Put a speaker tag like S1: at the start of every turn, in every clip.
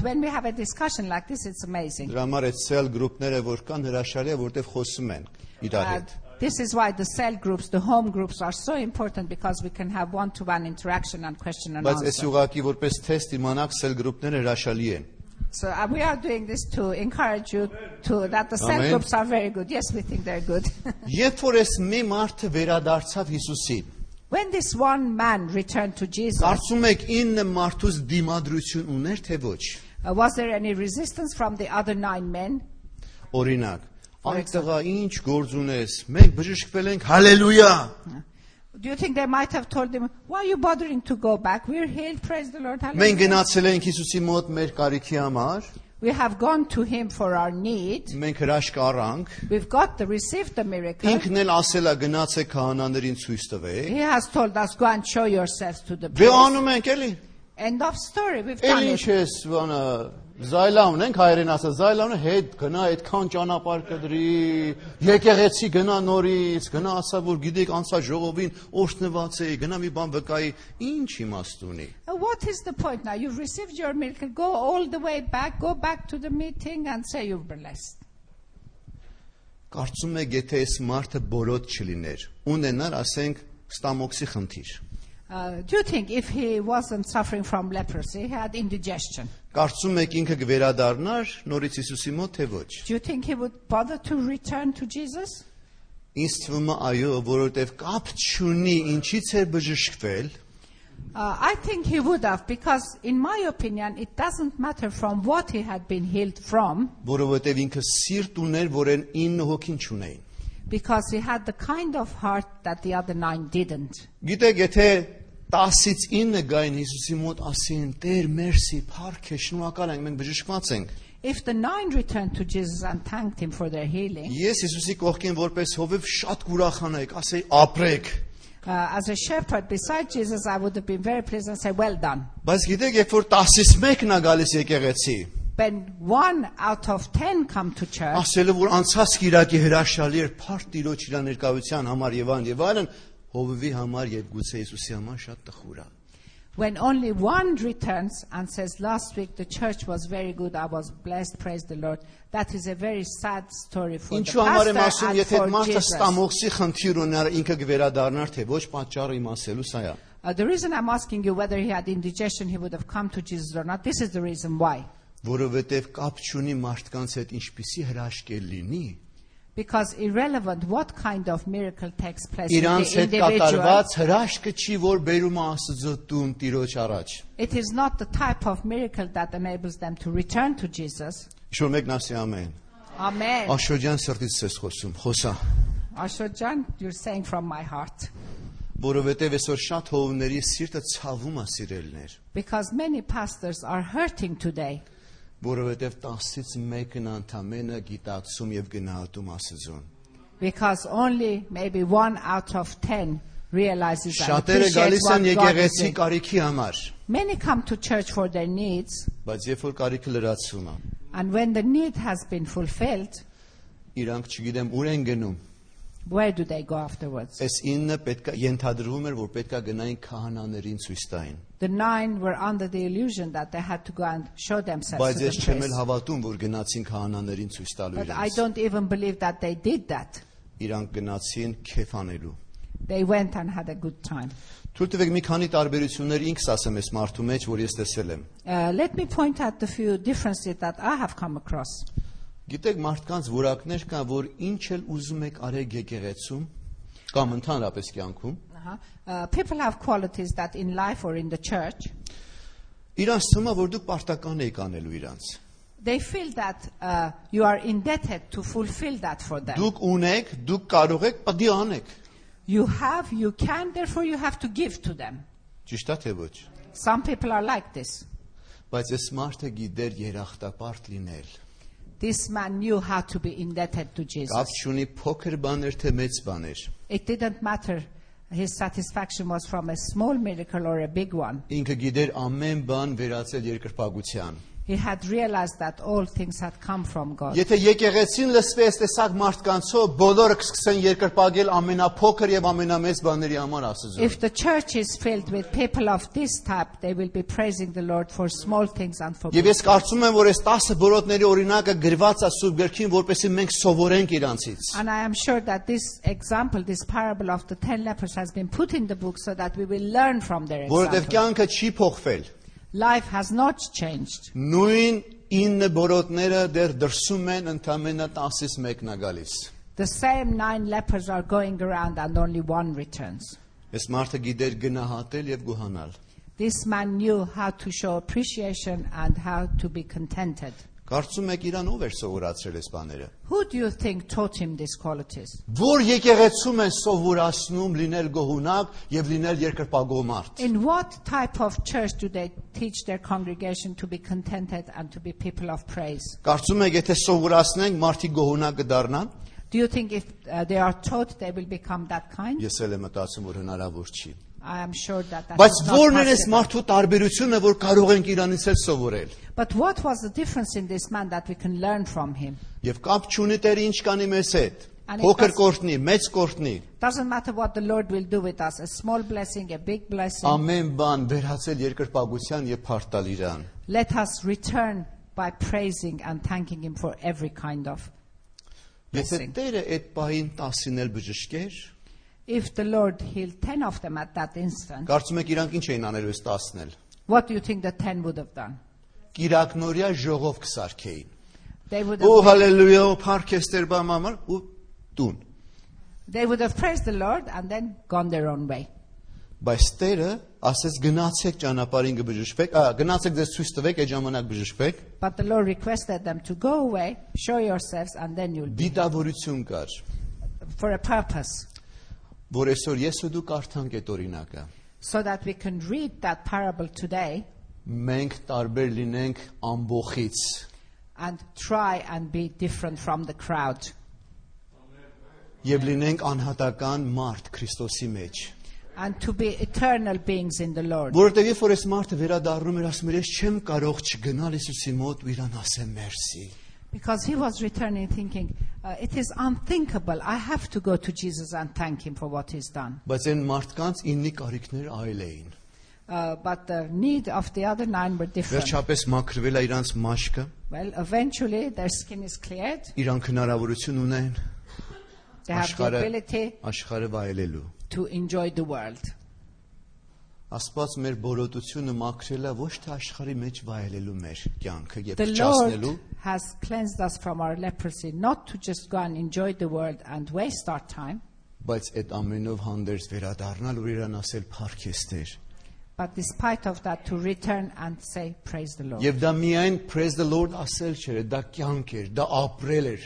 S1: when we have a discussion like this, it's amazing.
S2: Դրա համար այդ cell group-ները որ կան հրաշալի է, որտեվ խոսում են իրար
S1: Uh,
S2: հետ։
S1: this is why the cell groups, the home groups are so important because we can have one to one interaction and question and
S2: Բայց այս
S1: answer.
S2: ուղակի որպես թեստ իմանաք cell group-ները հրաշալի են։
S1: So uh, we are doing this to encourage you to that the cell
S2: Amen.
S1: groups are very good. Yes, we think they're good.
S2: Երբ որ այս մի մարդը վերադարձավ Հիսուսին,
S1: when this one man returned to Jesus, uh,
S2: կարծում եք 9 մարդուց դիմադրություն ուներ թե ոչ։
S1: uh, was there any resistance from the other nine men?
S2: Օրինակ, այդ տղա ինչ գործ ունես։ Մենք բժշկվել ենք, հալելույա։
S1: Do you think they might have told him, why are you bothering to go back? We're healed, praise the Lord. hallelujah."
S2: Մենք գնացել ենք Հիսուսի մոտ մեր կարիքի համար,
S1: We have gone to him for our need.
S2: մենք հրաշք առանք։
S1: We've got the, received the miracle.
S2: Ինքն էլ ասել է գնացեք քահանաներին ցույց տվեք։
S1: He has told us, go and show yourselves to the
S2: Դե
S1: priest.
S2: անում ենք էլի։
S1: End of story. We've
S2: Էլ
S1: done
S2: ինչ
S1: it.
S2: ես բանը զայլավն ենք հայերեն ասած զայլավը հետ գնա այդքան ճանապարհ կդրի եկեղեցի գնա նորից գնա ասա որ գիտեք անցա ժողովին օշնված էի գնա մի բան վկայի ինչ իմաստ ունի
S1: Uh, What is the point now? You've received your miracle. Go all the way back. Go back to the meeting and say you're blessed.
S2: կարծում եք եթե այս մարդը բորոդ չլիներ ունենար ասենք ստամոքսի խնդիր
S1: Uh, do you think if he wasn't suffering from leprosy, he had indigestion?
S2: կարծում եք ինքը կվերադառնար նորից Հիսուսի մոտ թե ոչ
S1: Do you think he would bother to return to Jesus?
S2: ինձ թվում է այո որովհետև կապ չունի ինչից է բժշկվել
S1: Uh, I think he would have, because in my opinion, it doesn't matter from what he had been healed from,
S2: որովհետև ինքը սիրտ ուներ, որ այն 9 հոգին չունեին։
S1: because he had the kind of heart that the other nine didn't.
S2: Գիտեք, եթե 10-ից 9 գային Հիսուսի մոտ ասին՝ «Տեր, մերսի, փառք է, շնորհակալ ենք, մենք բժշկված ենք»։
S1: If the nine returned to Jesus and thanked him for their healing,
S2: Ես Հիսուսի կողքին որպես հովիվ շատ կուրախանայք, ասեի՝ «Ապրեք»։
S1: uh, as a shepherd beside Jesus, I would have been very pleased and said, Well done.
S2: Բայց գիտեք, երբ որ 10-ից 1-ն է գալիս եկեղեցի,
S1: When one out of ten come to church,
S2: ասելը որ անցած Կիրակի հրաշալի էր, փառք Տիրոջ իր ներկայության համար եւ այն եւ այլն, հովիվի համար եւ գուցե Հիսուսի համար շատ տխուր է։
S1: when only one returns and says, Last week the church was very good, I was blessed, praise the Lord, that is a very sad story for
S2: Ինչու
S1: the
S2: համար
S1: pastor
S2: եմ ասում,
S1: and
S2: եթե այդ
S1: for
S2: մարդը
S1: Jesus.
S2: ստամոքսի խնդիր ուներ, ինքը կվերադառնար թե ոչ, պատճառը իմ ասելու սա է։
S1: Uh, the reason I'm asking you whether he had indigestion, he would have come to Jesus or not, this is the reason why.
S2: Որովհետև կապ չունի մարդկանց հետ ինչպիսի հրաշք է լինի,
S1: Because irrelevant what kind of miracle takes place in
S2: իրանց
S1: the
S2: հետ
S1: individual,
S2: կատարված հրաշքը չի, որ բերում է Աստծո տուն Տիրոջ առաջ։
S1: it is not the type of miracle that enables them to return to Jesus.
S2: Իշոր մեկն ասի ամեն։
S1: Amen.
S2: Աշոջան սրտից ես խոսում, խոսա։
S1: Ashur Jan, you're saying from my heart.
S2: Որովհետև այսօր շատ հողների սիրտը ցավում է սիրելներ,
S1: Because many pastors are hurting today
S2: որովհետև 10-ից 1-ն ընդամենը գիտակցում եւ գնահատում Աստծուն։
S1: because only maybe one out of ten realizes and
S2: Շատերը
S1: appreciates
S2: գալիս
S1: what God
S2: են
S1: is
S2: եկեղեցի
S1: doing.
S2: կարիքի համար։
S1: Many come to church for their needs,
S2: բայց երբ որ կարիքը լրացվում է
S1: and when the need has been fulfilled,
S2: իրանք չգիտեմ ուր են գնում
S1: Where do they go afterwards?
S2: այս 9-ը պետք է ենթադրվում էր որ պետք է գնային քահանաներին ցույց տային
S1: The nine were under the illusion that they had to go and show themselves
S2: բայց
S1: to the
S2: ես չեմ էլ
S1: priest.
S2: հավատում որ գնացին քահանաներին ցույց տալու
S1: But I
S2: իրենց
S1: don't even believe that they did that.
S2: իրանք գնացին քեֆանելու
S1: They went and had a good time.
S2: Թույլ տվեք մի քանի տարբերություններ ինքս ասեմ այս մարդու մեջ որ ես տեսել եմ
S1: Uh, let me point out the few differences that I have come across.
S2: գիտեք մարդկանց որակներ կա որ ինչ էլ ուզում եք արեք եկեղեցում կամ ընդհանրապես կյանքում
S1: Uh-huh. Uh, people have qualities that in life or in the church,
S2: իրանց թվում է որ դուք պարտական եք անելու իրանց
S1: they feel that uh, you are indebted to fulfill that for them.
S2: դուք ունեք դուք կարող եք պիտի անեք
S1: You have, you can, therefore you have to give to them.
S2: ճիշտ է թե ոչ
S1: Some people are like this.
S2: բայց այս մարդը գիտեր երախտապարտ լինել։
S1: This man knew how to be indebted to Jesus.
S2: Կապ չունի փոքր բաներ թե մեծ բաներ։
S1: It didn't matter his satisfaction was from a small miracle or a big one.
S2: Ինքը գիտեր ամեն բան վերածել երկրպագության։
S1: he had realized that all things had come from God.
S2: Եթե եկեղեցին լսվի այս տեսակ մարդկանցով, բոլորը կսկսեն երկրպագել ամենափոքր եւ ամենամեծ բաների համար Աստծո։
S1: If the church is filled with people of this type, they will be praising the Lord for small things and for big.
S2: Եվ ես կարծում եմ, որ այս 10 բորոտների օրինակը գրված է Սուրբ Գրքին, որպեսզի մենք սովորենք իրանցից։
S1: And I am sure that this example, this parable of the ten lepers has been put in the book so that we will learn from their
S2: Որովհետև
S1: example.
S2: կյանքը չի փոխվել։
S1: Life has not changed.
S2: Նույն 9 բորոտները դեռ դրսում են ընդամենը 10-ից մեկն է գալիս։
S1: The same nine lepers are going around and only one returns.
S2: Այս մարդը գիտեր գնահատել եւ գոհանալ։
S1: This man knew how to show appreciation and how to be contented.
S2: Կարծում եք իրան ով էր սովորացրել այս բաները։
S1: Who do you think taught him these qualities?
S2: Որ եկեղեցում են սովորացնում լինել գոհունակ եւ լինել երկրպագող մարդ։
S1: In what type of church do they teach their congregation to be contented and to be people of praise?
S2: Կարծում եք եթե սովորացնենք մարդիկ գոհունակ կդառնան։
S1: Do you think if uh, they are taught they will become that kind?
S2: Ես էլ եմ մտածում որ հնարավոր չի։
S1: I am sure that that
S2: Բայց
S1: is not
S2: ո՞րն էր այս
S1: possible.
S2: մարդու տարբերությունը, որ կարող ենք իրանից էլ սովորել։
S1: But what was the difference in this man that we can learn from him?
S2: Եվ կապ չունի Տերը ինչ կանի մեզ հետ։
S1: Անե
S2: Փոքր
S1: կաս-
S2: կորտնի, մեծ կորտնի,
S1: Doesn't matter what the Lord will do with us, a small blessing, a big blessing.
S2: ամեն բան վերածել երկրպագության եւ փարտալ իրան։
S1: Let us return by praising and thanking him for every kind of
S2: Եթե
S1: blessing.
S2: Տերը այդ պահին 10-ին էլ բժշկեր,
S1: If the Lord healed 10 of them at that instant,
S2: կարծում եք իրանք ինչ էին անելու այս 10-ն էլ։
S1: what do you think the 10 would have done?
S2: Կիրակնորիա ժողով կսարքեին։
S1: They would
S2: Օ
S1: have,
S2: հալելույա, փարքեստեր բամ համար ու տուն։
S1: they would have praised the Lord and then gone their own way.
S2: Բայց Տերը ասեց գնացեք ճանապարհին կբժշկեք, ա, գնացեք ձեզ ցույց տվեք այդ ժամանակ բժշկեք։
S1: But the Lord requested them to go away, show yourselves, and then you'll be
S2: Դիտավորություն կար,
S1: for a purpose.
S2: որ այսօր ես ու դու կարդանք այդ օրինակը։
S1: So that we can read that parable today
S2: Մենք տարբեր լինենք ամբողից։
S1: and try and be different from the crowd
S2: Եվ լինենք անհատական մարդ Քրիստոսի մեջ։
S1: and to be eternal beings in the Lord.
S2: Որովհետև երբ որ այս մարդը վերադառնում էր, ասում էր, ես չեմ կարող չգնալ Հիսուսի մոտ ու իրան ասեմ մերսի։
S1: Because he was returning thinking, uh, it is unthinkable. I have to go to Jesus and thank him for what he's done.
S2: Բայց այն մարդկանց իննի կարիքներ այլ էին։
S1: Uh, but the need of the other nine were different.
S2: Վերջապես մաքրվել է իրանց մաշկը,
S1: Well, eventually their skin is cleared.
S2: իրանք հնարավորություն ունեն
S1: They have the
S2: աշխարհը
S1: ability
S2: աշխարհը վայելելու։
S1: to enjoy the world.
S2: Աստված մեր բորոտությունը մաքրելա ոչ թե աշխարհի մեջ վայելելու մեր կյանքը եւ
S1: The
S2: փչացնելու,
S1: Lord has cleansed us from our leprosy, not to just go and enjoy the world and waste our time,
S2: բայց այդ ամենով հանդերձ վերադառնալ ու իրան ասել փարքեստեր։
S1: but despite of that to return and say, Praise the Lord.
S2: Եվ դա միայն praise the Lord ասել չէր, դա կյանք էր, դա ապրել էր։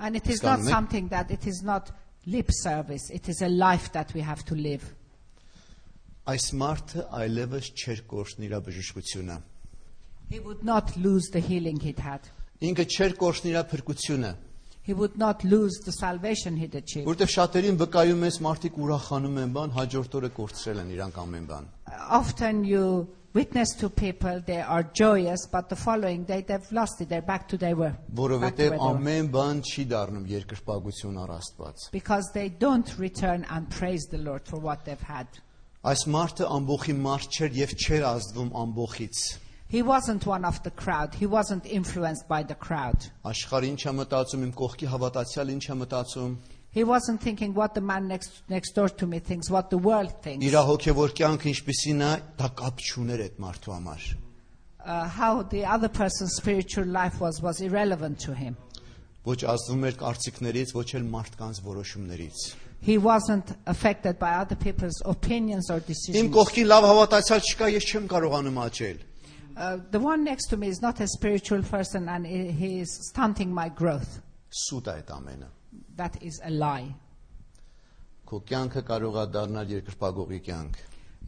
S1: And it is
S2: Scan
S1: not
S2: me.
S1: something that it is not lip service, it is a life that we have to live.
S2: Այս մարդը այլևս չէր կորցնի իր բժշկությունը։
S1: He would not lose the healing he'd had.
S2: Ինքը չէր կորցնի իր փրկությունը,
S1: He would not lose the salvation he'd achieved.
S2: որտեղ շատերին վկայում ես մարդիկ ուրախանում են բան, հաջորդ օրը կորցրել են իրանք ամեն բան։
S1: Often you witness to people, they are joyous, but the following day they've lost it, they're back to their work. back to
S2: Որովհետև
S1: where they were.
S2: ամեն բան չի դառնում երկրպագություն առ Աստված։
S1: Because they don't return and praise the Lord for what they've had.
S2: Այս մարդը ամբողի մարդ չէր եւ չէր ազդվում ամբողից։
S1: He wasn't one of the crowd, he wasn't influenced by the crowd.
S2: Աշխարհը ինչա մտածում, իմ կողքի հավատացյալ ինչա մտածում,
S1: He wasn't thinking what the man next, next door to me thinks, what the world thinks.
S2: իր հոգեվոր կյանքը ինչպեսին է, դա կապ չուներ այդ մարդու համար։
S1: uh, how the other person's spiritual life was was irrelevant to him.
S2: Ոչ ազդվում էր կարծիքներից, ոչ էլ մարդկանց որոշումներից։
S1: He wasn't affected by other people's opinions or
S2: Իմ
S1: decisions.
S2: կողքին լավ հավատացյալ չկա, ես չեմ կարողանում աճել։
S1: Uh, the one next to me is not a spiritual person and he he is stunting my growth.
S2: Սուտ է այդ ամենը։
S1: That is a lie.
S2: Քո կյանքը կարող է դառնալ երկրպագողի կյանք։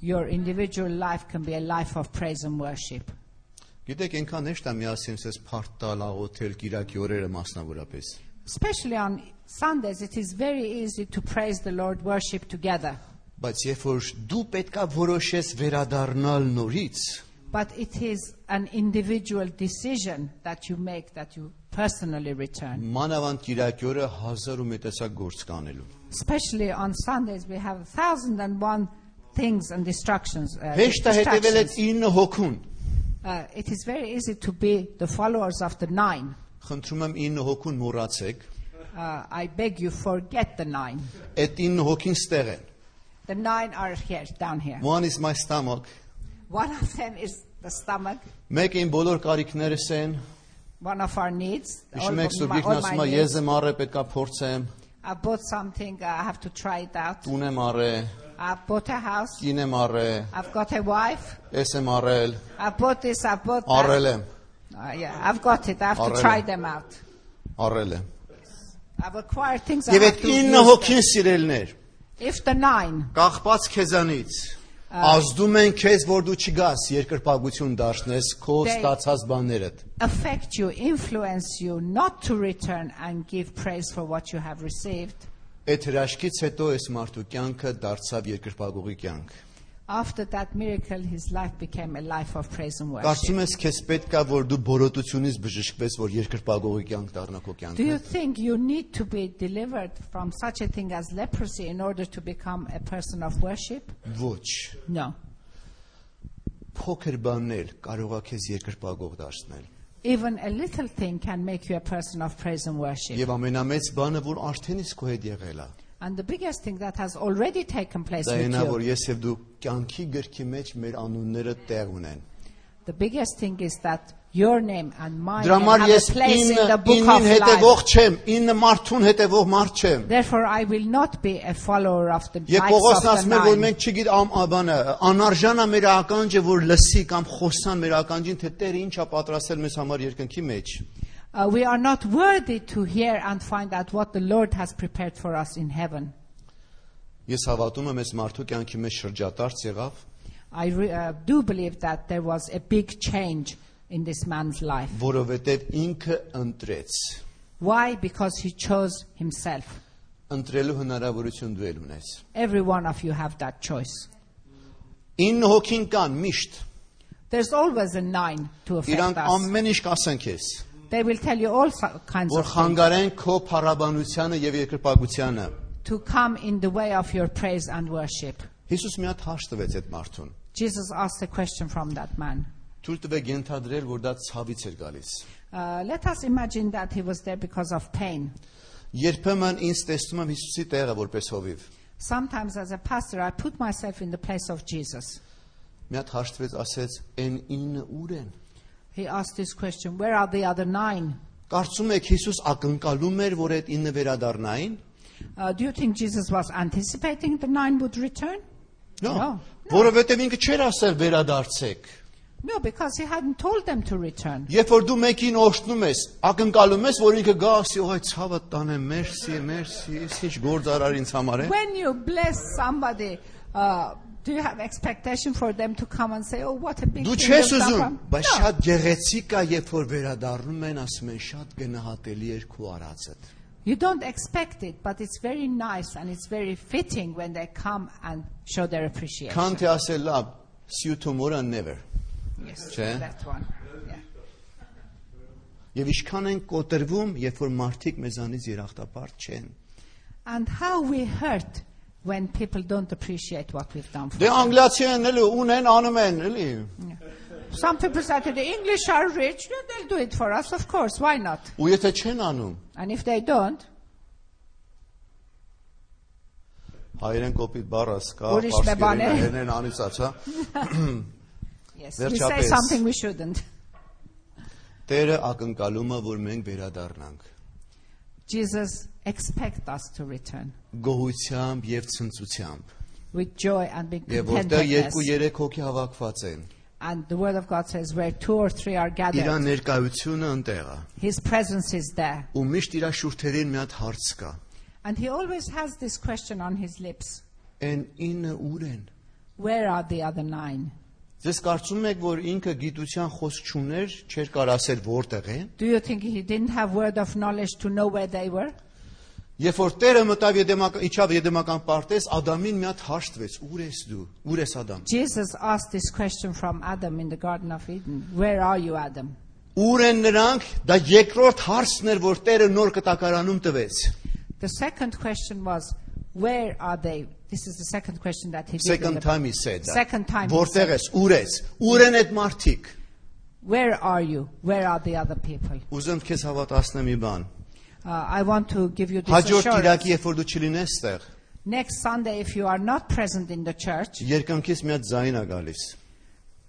S1: Your individual life can be a life of praise and worship.
S2: Գիտեք, այնքան հեշտ է միասին ցես փարտ տալ, աղոթել Կիրակի օրերը մասնավորապես։
S1: Especially on Sundays, it is very easy to praise the Lord, worship together.
S2: Բայց երբ որ դու պետքա որոշես վերադառնալ նորից,
S1: but it is an individual decision that you make that you personally return.
S2: Մանավանդ Կիրակյորը 1000 ու մի տեսակ գործ կանելու։
S1: Especially on Sundays, we have a thousand and one things and distractions. uh,
S2: Հեշտ է հետևել այդ
S1: distractions.
S2: 9 հոգուն։
S1: Uh, it is very easy to be the followers of the nine.
S2: Խնդրում եմ 9 հոգուն մոռացեք։
S1: Uh, I beg you, forget the nine.
S2: Այդ 9 հոգին ստեղ են։
S1: The nine are here, down here.
S2: One is my stomach։
S1: One of them is the stomach,
S2: Մեկը իմ բոլոր կարիքներս են։
S1: one of our needs. all
S2: Իշմ
S1: of
S2: մեկ
S1: my-
S2: սուբյեկտն
S1: all my
S2: ասում է
S1: needs.
S2: ես եմ առը պետքա փորձեմ,
S1: I bought something, I have to try it out.
S2: տուն եմ առը,
S1: I bought a house,
S2: կին եմ առը,
S1: I've got a wife,
S2: ես եմ առել,
S1: I bought this, I bought that.
S2: առել եմ,
S1: Uh, yeah, I've got it, I have
S2: Arrele.
S1: to try them out.
S2: առել եմ։
S1: I've acquired things I
S2: Եվ
S1: have
S2: այդ
S1: to
S2: 9
S1: use.
S2: հոգին սիրելներ
S1: If the nine,
S2: կախված քեզանից ազդում են քեզ, որ դու չգաս երկրպագություն դաշնես քո
S1: Դե-
S2: ստացած բաներդ։
S1: affect you, influence you not to return and give praise for what you have received.
S2: Այդ հրաշքից հետո այս մարդու կյանքը դարձավ երկրպագուղի կյանք։
S1: After that miracle, his life became a life of praise and worship.
S2: Կարծում ես քեզ պետքա որ դու բորոտությունից բժշկվես, որ երկրպագուղի կյանք դառնա քո
S1: Do
S2: կյանքը։
S1: you think you need to be delivered from such a thing as leprosy in order to become a person of worship?
S2: Ոչ։
S1: No.
S2: Փոքր բանել կարողա քեզ երկրպագող դարձնել։
S1: Even a little thing can make you a person of praise and worship.
S2: Եվ ամենամեծ բանը, որ արդեն իսկ քո հետ եղել է,
S1: And the biggest thing that has already taken place
S2: դա
S1: with
S2: այնա,
S1: you,
S2: որ ես եւ դու կյանքի գրքի մեջ մեր անունները տեղ ունեն։
S1: the biggest thing is that your name and my
S2: Դրա
S1: name
S2: համար
S1: have
S2: ես
S1: a place in the book of
S2: ինքն հետևող
S1: life.
S2: չեմ, ինը մարդուն հետևող մարդ չեմ։
S1: Therefore, I will not be a follower of the
S2: Եվ
S1: likes
S2: Պողոսն
S1: of
S2: ասում է,
S1: the
S2: որ
S1: nine.
S2: մենք չգիտ ամ աբանը, անարժան է մեր ականջը, որ լսի կամ խոսան մեր ականջին, թե Տերը ինչ է պատրաստել մեզ համար երկնքի մեջ։
S1: Uh, we are not worthy to hear and find out what the Lord has prepared for us in heaven.
S2: Ես հավատում եմ, այս մարդու կյանքի մեջ շրջադարձ եղավ,
S1: I re- uh, do believe that there was a big change in this man's life.
S2: որովհետև ինքը ընտրեց։
S1: Why? Because he chose himself.
S2: Ընտրելու հնարավորություն դու ել ունես։
S1: Every one of you have that choice.
S2: 9 հոգին կան միշտ։
S1: There's always a nine to affect
S2: Իրանք
S1: us.
S2: ամեն ինչ կասեն քեզ,
S1: They will tell you all so- kinds
S2: որ
S1: of things
S2: խանգարեն քո փառաբանությանը եւ երկրպագությանը։
S1: to come in the way of your praise and worship.
S2: Հիսուս մի հատ հաշ տվեց այդ մարդուն։
S1: Jesus asked a question from that man.
S2: Թույլ տվեք ենթադրել, որ դա ցավից էր գալիս։
S1: Uh, let us imagine that he was there because of pain.
S2: Երբեմն ինձ տեսնում եմ Հիսուսի տեղը որպես հովիվ։
S1: Sometimes, as a pastor, I put myself in the place of Jesus.
S2: Մի հատ հաշ տվեց, ասեց, «Էն 9 ուր են»։
S1: He asked this question Where are the other nine?
S2: Կարծում եք Հիսուս ակնկալում էր, որ այդ 9-ը վերադառնային։
S1: Uh, do you think Jesus was anticipating the nine would return?
S2: Նո,
S1: No.
S2: որովհետև ինքը չէր ասել վերադարձեք։
S1: No, because he hadn't told them to return.
S2: Երբ որ դու մեկին օշտնում ես, ակնկալում ես, որ ինքը գա ասի, «Օ, այդ ցավը տանեմ, մերսի, մերսի, ես ինչ գործ արար ինձ համար»։ է»։
S1: When you bless somebody, uh, do you have expectation for them to come and say, "Oh, what a big
S2: Դու
S1: thing
S2: չես
S1: you've done
S2: ուզում,
S1: for-"
S2: բայց
S1: No.
S2: շատ գեղեցիկ է, երբ որ վերադառնում են, ասում են շատ գնահատելի էր քո արածդ։
S1: You don't expect it, but it's very nice and it's very fitting when they come and show their appreciation.
S2: Քան թե ասել լավ, see you tomorrow never։
S1: yes,
S2: չէ։
S1: that one. Yeah.
S2: Եվ ինչքան են կոտրվում, երբ որ մարդիկ մեզանից երախտապար չեն։
S1: And how we hurt when people don't appreciate what we've done for
S2: Դե անգլացիներն էլ ունեն անում են, էլի։
S1: them. Some people say to the English are rich, yeah, they'll do it for us, of course, why not?
S2: Ու եթե չեն անում,
S1: And if they don't,
S2: հայերեն կոպիտ բառաս կա,
S1: Ուրիշ մի բան է։
S2: հայերեն անիծած, հա։
S1: yes,
S2: They're
S1: we say
S2: chappies.
S1: something we shouldn't.
S2: Տերը ակնկալում է, որ մենք վերադառնանք
S1: Jesus expects us to return
S2: գոհությամբ եւ ցնծությամբ։
S1: with joy and with
S2: Եվ որտեղ
S1: contentedness.
S2: 2-3 հոգի հավաքված են,
S1: And the word of God says, where two or three are
S2: իր
S1: gathered,
S2: ներկայությունը ընտեղ է։
S1: his presence is there.
S2: ու միշտ իր շուրթերին մի հատ հարց կա։
S1: And he always has this question on his lips
S2: Այն ինը ուր են։
S1: Where are the other nine?
S2: Ձեզ կարծում եք, որ ինքը գիտության խոսք չուներ, չէր կար ասել որտեղ են։
S1: Do you think he didn't have word of knowledge to know where they were?
S2: Երբ որ Տերը մտավ Եդեմական, իջավ Եդեմական պարտեզ, Ադամին մի հատ հաշտվեց. Ուր ես դու։ Ուր ես Ադամ։
S1: Jesus asked this question from Adam in the Garden of Eden Where are you, Adam?
S2: Ուր են նրանք։ Դա երկրորդ հարցն էր, որ Տերը նոր կտակարանում տվեց։
S1: The second question was, Where are they? This is the second question that he did. in
S2: Second
S1: the-
S2: time he said that.
S1: Second time he
S2: Որտեղ ես, ուր ես։ Ուր են այդ մարդիկ։
S1: Where are you? Where are the other people?
S2: Ուզում եմ քեզ հավատացնեմ մի բան։
S1: Uh, I want to give you this
S2: Հաջորդ
S1: assurance.
S2: Իրաքի, երբ որ դու չլինես ստեղ,
S1: Next Sunday, if you are not present in the church,
S2: երկնքից մի հատ զայն է գալիս։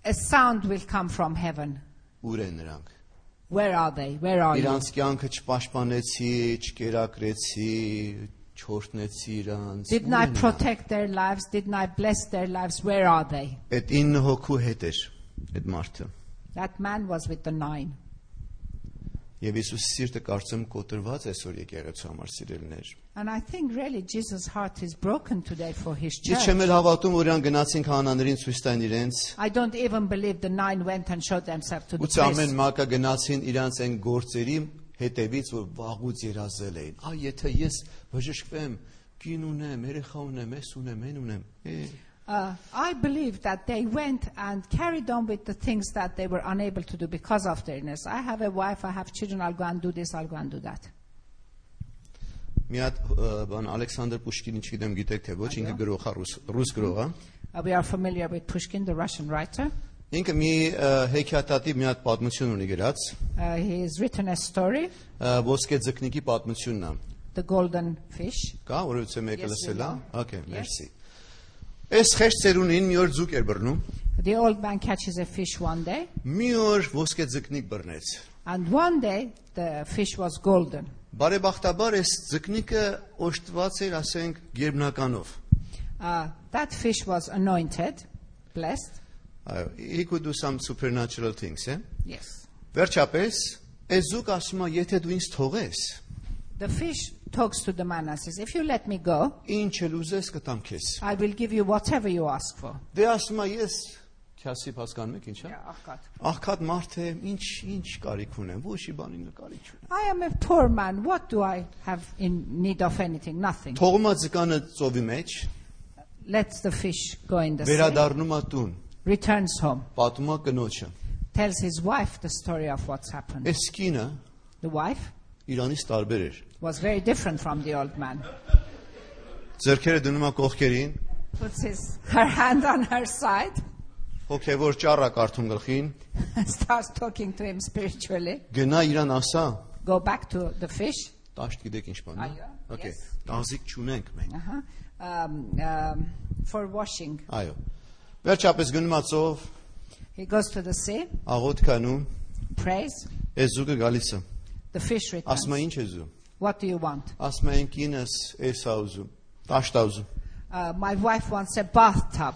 S1: a sound will come from heaven.
S2: Ուր են նրանք։
S1: Where are they? Where are you?
S2: Իրանց կյանքը չպաշտպանեցի, չկերակրեցի, չորտնեցի իրանց։
S1: Didn't I protect their lives? Didn't I bless their lives? Where are they?
S2: Այդ 9 հոգու հետ էր այդ մարդը։
S1: That man was with the nine.
S2: Եվ Հիսուս սիրտը կարծեմ կոտրված է այսօր եկեղեցու համար սիրելներ։
S1: And I think really Jesus' heart is broken today for his
S2: Ես
S1: church.
S2: չեմ էլ հավատում, որ իրան գնացին քահանաներին ցույց տան իրենց։
S1: I don't even believe the nine went and showed themselves to the
S2: Ուցի ամեն
S1: priest.
S2: մակա գնացին իրանց այն գործերի հետևից, որ վաղուց երազել էին։ Այ եթե ես բժշկվեմ, կին ունեմ, երեխա ունեմ, ես ունեմ, այն ունեմ։ Է,
S1: Uh, I believe that they went and carried on with the things that they were unable to do because of their illness. I have a wife, I have children, I'll go and do this, I'll go and do that.
S2: Մի հատ ը, բան Ալեքսանդր Պուշկին, ինչ գիտեմ, գիտեք թե ոչ, ինքը գրող է, ռուս ռուս գրող է։
S1: Uh, we are familiar with Pushkin, the Russian writer.
S2: Ինքը մի ը, հեքիաթատիվ մի հատ պատմություն ունի գրած,
S1: Uh, he has written a story,
S2: ը, ոսկե ձկնիկի պատմությունն է։
S1: The Golden Fish.
S2: Կա, որովհետեւ մեկը
S1: Ես
S2: լսել է։ Okay,
S1: Yes.
S2: մերսի։ Այս խեշ ծերունին մի օր ձուկ էր բռնում։
S1: The old man catches a fish one day,
S2: Մի օր ոսկե ձկնիկ բռնեց։
S1: and one day the fish was golden.
S2: Բարեբախտաբար այս ձկնիկը օշտված էր, ասենք, գերբնականով։
S1: Uh, that fish was anointed, blessed.
S2: Այո, he could do some supernatural things, eh։
S1: Yes.
S2: Վերջապես, այս ձուկ ասում է, եթե դու ինձ թողես,
S1: The fish talks to the man and says, If you let me go,
S2: ինչ էլ ուզես կտամ քեզ։
S1: I will give you whatever you ask for.
S2: Դե ասում է, ես քյասի հասկանում եք ինչա։
S1: Yeah, oh I've got.
S2: Աղքատ մարդ եմ, ինչ ինչ կարիք ունեմ, ոչ մի բանի նկարիչ չունեմ։
S1: I am a poor man. What do I have in need of anything? Nothing.
S2: Թողումա ձկանը ծովի մեջ,
S1: Let the fish go in the sea.
S2: վերադառնումա տուն,
S1: Returns home.
S2: պատումա կնոջը։
S1: Tells his wife the story of what's happened.
S2: Այս կինը
S1: The wife
S2: Իրանից տարբեր էր։
S1: was very different from the old man.
S2: Ձերքերը դնումա կողքերին,
S1: Puts his, her hand on her side,
S2: հոգևոր ճառը կարդում գլխին,
S1: and starts talking to him spiritually.
S2: գնա իրան ասա,
S1: Go back to the fish.
S2: տաշտ գիտեք ինչ բան։
S1: Այո,
S2: Okay,
S1: yes.
S2: տազիկ չունենք մենք։
S1: Uh-huh. Um, um, for washing.
S2: Այո։ Վերջապես գնումա ծով,
S1: He goes to the sea,
S2: աղոթքանում,
S1: prays.
S2: այս զուգը գալիս է։
S1: The fish returns.
S2: Ասում է ինչ ես զու։
S1: What do you want?
S2: Ասում է ինքինս էս աուզում, տաշտ աուզում։
S1: Uh, my wife wants a bathtub.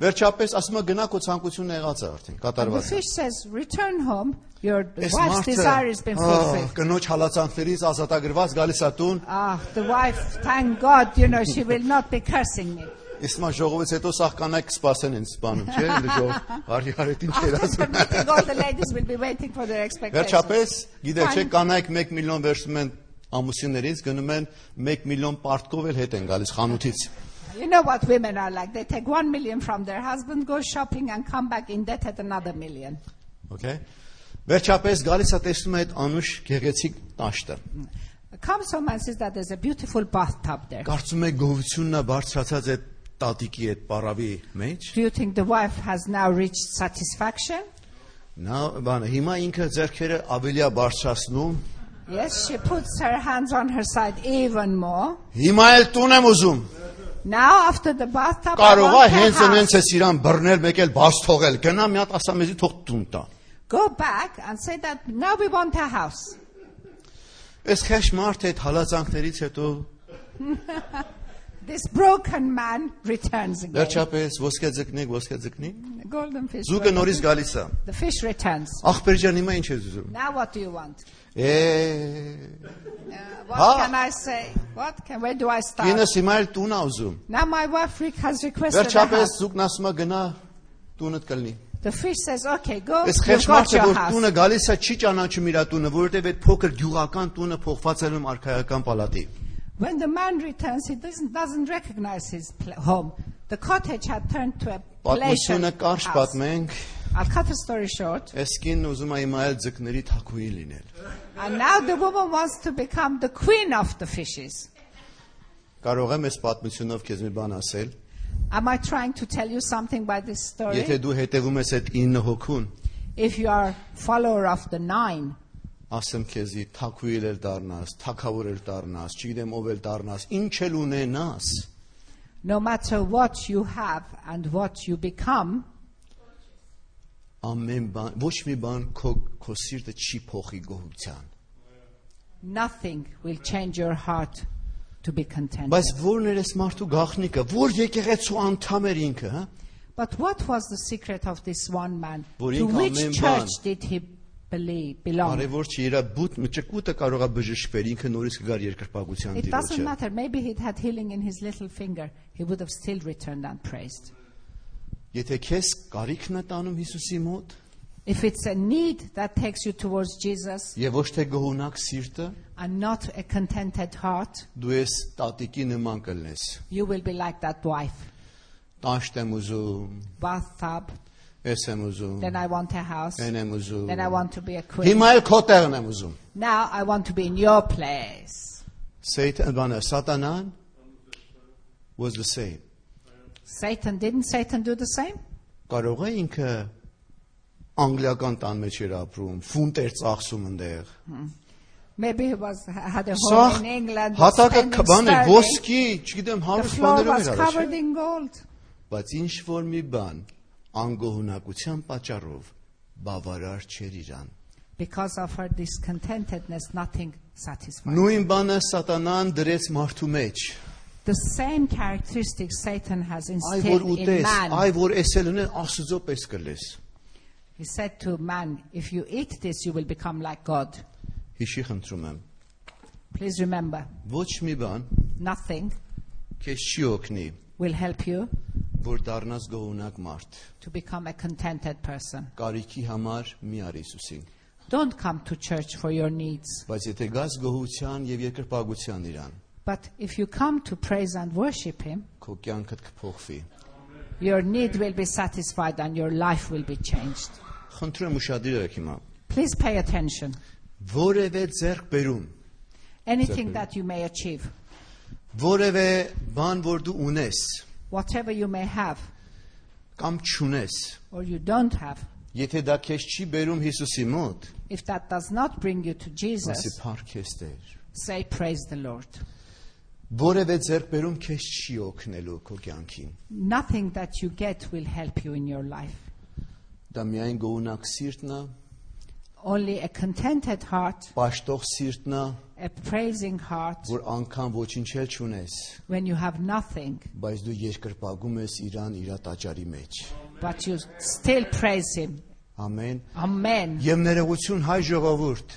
S2: Վերջապես ասում է գնա քո ցանկությունը եղած է արդեն
S1: And the
S2: կատարված։ է»։
S1: fish says, Return home. Your
S2: Էս
S1: wife's desire has been fulfilled.
S2: ահ, կնոջ հալածանքներից ազատագրված գալիս է տուն,
S1: Ah, the wife, thank God, you know, she will not be cursing me.
S2: իսկ մա ժողովից հետո սաղ կանայք սպասեն են սպանում, չէ՞, լի ժողով, արի արեթ ինչ էր
S1: After the
S2: ասում։
S1: meeting, all the ladies will be waiting for their expectations.
S2: Վերջապես, գիտեք չէ,
S1: Fine.
S2: կանայք 1 միլիոն վերցնում են ամուսիններից, գնում են 1 միլիոն պարտկով էլ հետ են գալիս խանութից։
S1: You know what women are like. They take one million from their husband, go shopping, and come back in debt at another million.
S2: Okay։ Վերջապես գալիս է տեսնում է այդ անուշ գեղեցիկ տաշտը։
S1: Comes home and says that there's a beautiful bathtub there.
S2: Կարծում է գովությունն է բարձրացած այդ տատիկի այդ պարավի մեջ։
S1: Do you think the wife has now reached satisfaction?
S2: Նա բանը հիմա ինքը зерքերը ավելի է բարձրացնում։
S1: Yes, she puts her hands on her side even more.
S2: Հիմա էլ տուն եմ ուզում։
S1: Now after the bathtub, I
S2: Կարող է
S1: want her
S2: հենց
S1: house.
S2: այնց էս իրան բռնել, մեկ էլ բաց թողել։ Գնա մի հատ ասա մեզի թող տուն տա։
S1: Go back and say that now we want a house.
S2: Այս քեշ մարդ այդ հալածանքներից հետո
S1: This broken man returns again.
S2: վերջապես ոսկե ձկնիկ, ոսկե ձկնիկ։
S1: The golden fish.
S2: Զուգը
S1: returns.
S2: նորից գալիս է։
S1: The fish returns.
S2: Ախպեր ջան, հիմա ինչ ես ուզում։
S1: Now what do you want?
S2: Է,
S1: Uh, what
S2: Ah.
S1: can I say? What can? Where do I start?
S2: ինձ հիմա էլ տուն ա ուզում։
S1: Now my wife Rick has requested a
S2: Վերջապես
S1: house.
S2: զուգն ասում է գնա տունդ կլնի։
S1: The fish says, "Okay, go.
S2: Այս
S1: You've
S2: քեշ
S1: got
S2: մարդը
S1: your
S2: որ
S1: house."
S2: տունը գալիս է չի ճանաչում իր տունը, որովհետև այդ փոքր գյուղական տունը փոխված է լինում արխայական պալատի։
S1: When the man returns, he doesn't, doesn't recognize his pl- home. The cottage had turned to a palatial
S2: Պատմությունը կարճ
S1: house.
S2: պատմենք,
S1: I'll cut the story short.
S2: այս կինն ուզում է իմալ ձկների թակուի լինել։
S1: And now the woman wants to become the queen of the fishes.
S2: Կարող եմ այս պատմությունով քեզ մի բան ասել։
S1: Am I trying to tell you something by this story?
S2: Եթե դու հետևում ես այդ 9 հոգուն,
S1: If you are follower of the nine,
S2: ասեմ քեզի թակուիլ էլ դառնաս, թակավոր էլ դառնաս, չգիտեմ ով էլ դառնաس, ինչ էլ ունենաս,
S1: no matter what you have and what you become,
S2: ամեն բան, ոչ մի բան քո քո սիրտը չի փոխի գոհության։
S1: nothing will change your heart to be content.
S2: Բայց ո՞րն էր այս մարդու գախնիկը, ո՞ր եկեղեցու անդամ էր ինքը, հա?
S1: But what was the secret of this one man?
S2: Որ
S1: to
S2: ինքը ամեն
S1: which church
S2: բան-
S1: did he believe, belong?
S2: Կարևոր չի իրա բուտ ճկուտը կարողա բժշկվել, ինքը նորից կգար երկրպագության
S1: It doesn't
S2: դիրոջը։
S1: matter. Maybe he'd had healing in his little finger. He would have still returned and praised.
S2: Եթե քեզ կարիքն է տանում Հիսուսի մոտ,
S1: If it's a need that takes you towards Jesus
S2: եւ ոչ թե գողունակ սիրտը,
S1: and not a contented heart,
S2: դու ես տատիկի նման կլնես։
S1: you will be like that wife.
S2: Տաշտ եմ ուզում,
S1: Bathtub,
S2: ես եմ ուզում,
S1: then I want a house,
S2: Այն եմ ուզում։
S1: then I want to be a queen.
S2: Հիմա էլ քո տեղն եմ ուզում։
S1: Now I want to be in your place.
S2: Սեյթան, բանը, Սատանան was the same։
S1: Satan, didn't Satan do the same?
S2: Կարող է ինքը անգլիական տան մեջ էր ապրում, ֆունտ էր ծախսում այնտեղ։
S1: Maybe he was had a
S2: Սա
S1: home in England. was
S2: հատակը
S1: spending
S2: ք- բան էր,
S1: sterling.
S2: ոսկի, չգիտեմ,
S1: The
S2: հարուստ
S1: floor
S2: բաներով
S1: was
S2: էր արել։ չէ՞։
S1: covered in gold.
S2: Բայց ինչ որ մի բան անգողունակության պատճառով բավարար չէր իրան։
S1: Because of her discontentedness, nothing satisfied.
S2: Նույն բանը Սատանան դրեց մարդու մեջ։
S1: The same characteristics Satan has
S2: Այ որ
S1: instilled in
S2: ուտես,
S1: man.
S2: այ որ էսել ունեն Աստծո պես կլես։
S1: He said to man, If you eat this, you will become like God.
S2: Հիշի խնդրում եմ։
S1: Please remember,
S2: Ոչ մի բան
S1: nothing
S2: քեզ չի օգնի,
S1: will help you
S2: որ դառնաս գողունակ մարդ։
S1: to become a contented person.
S2: Կարիքի համար մի առ Հիսուսին։
S1: Don't come to church for your needs.
S2: Բայց եթե գաս գողության եւ երկրպագության իրան,
S1: But if you come to praise and worship Him,
S2: քո կյանքդ կփոխվի։
S1: your need will be satisfied and your life will be changed.
S2: Խնդրում եմ ուշադիր եք հիմա։
S1: Please pay attention.
S2: Որևէ ձեռքբերում,
S1: Anything that you may achieve,
S2: որևէ բան, որ դու ունես
S1: whatever you may have
S2: կամ չունես,
S1: or you don't have,
S2: եթե դա քեզ չի բերում Հիսուսի մոտ,
S1: if that does not bring you to
S2: ասի
S1: Jesus,
S2: փարքես Տեր։
S1: say praise the Lord.
S2: Որևէ ձեռքբերում քեզ չի օգնելու քո կյանքին։
S1: Nothing that you get will help you in your life.
S2: Դա միայն գողունակ սիրտն է,
S1: Only a contented heart,
S2: պաշտող սիրտն է,
S1: a praising heart,
S2: որ անգամ ոչինչ էլ չունես,
S1: when you have nothing,
S2: բայց դու երկրպագում ես Իրան իր տաճարի մեջ։
S1: but you still praise Him.
S2: Ամեն։
S1: Amen.
S2: Եմ ներողություն հայ ժողովուրդ։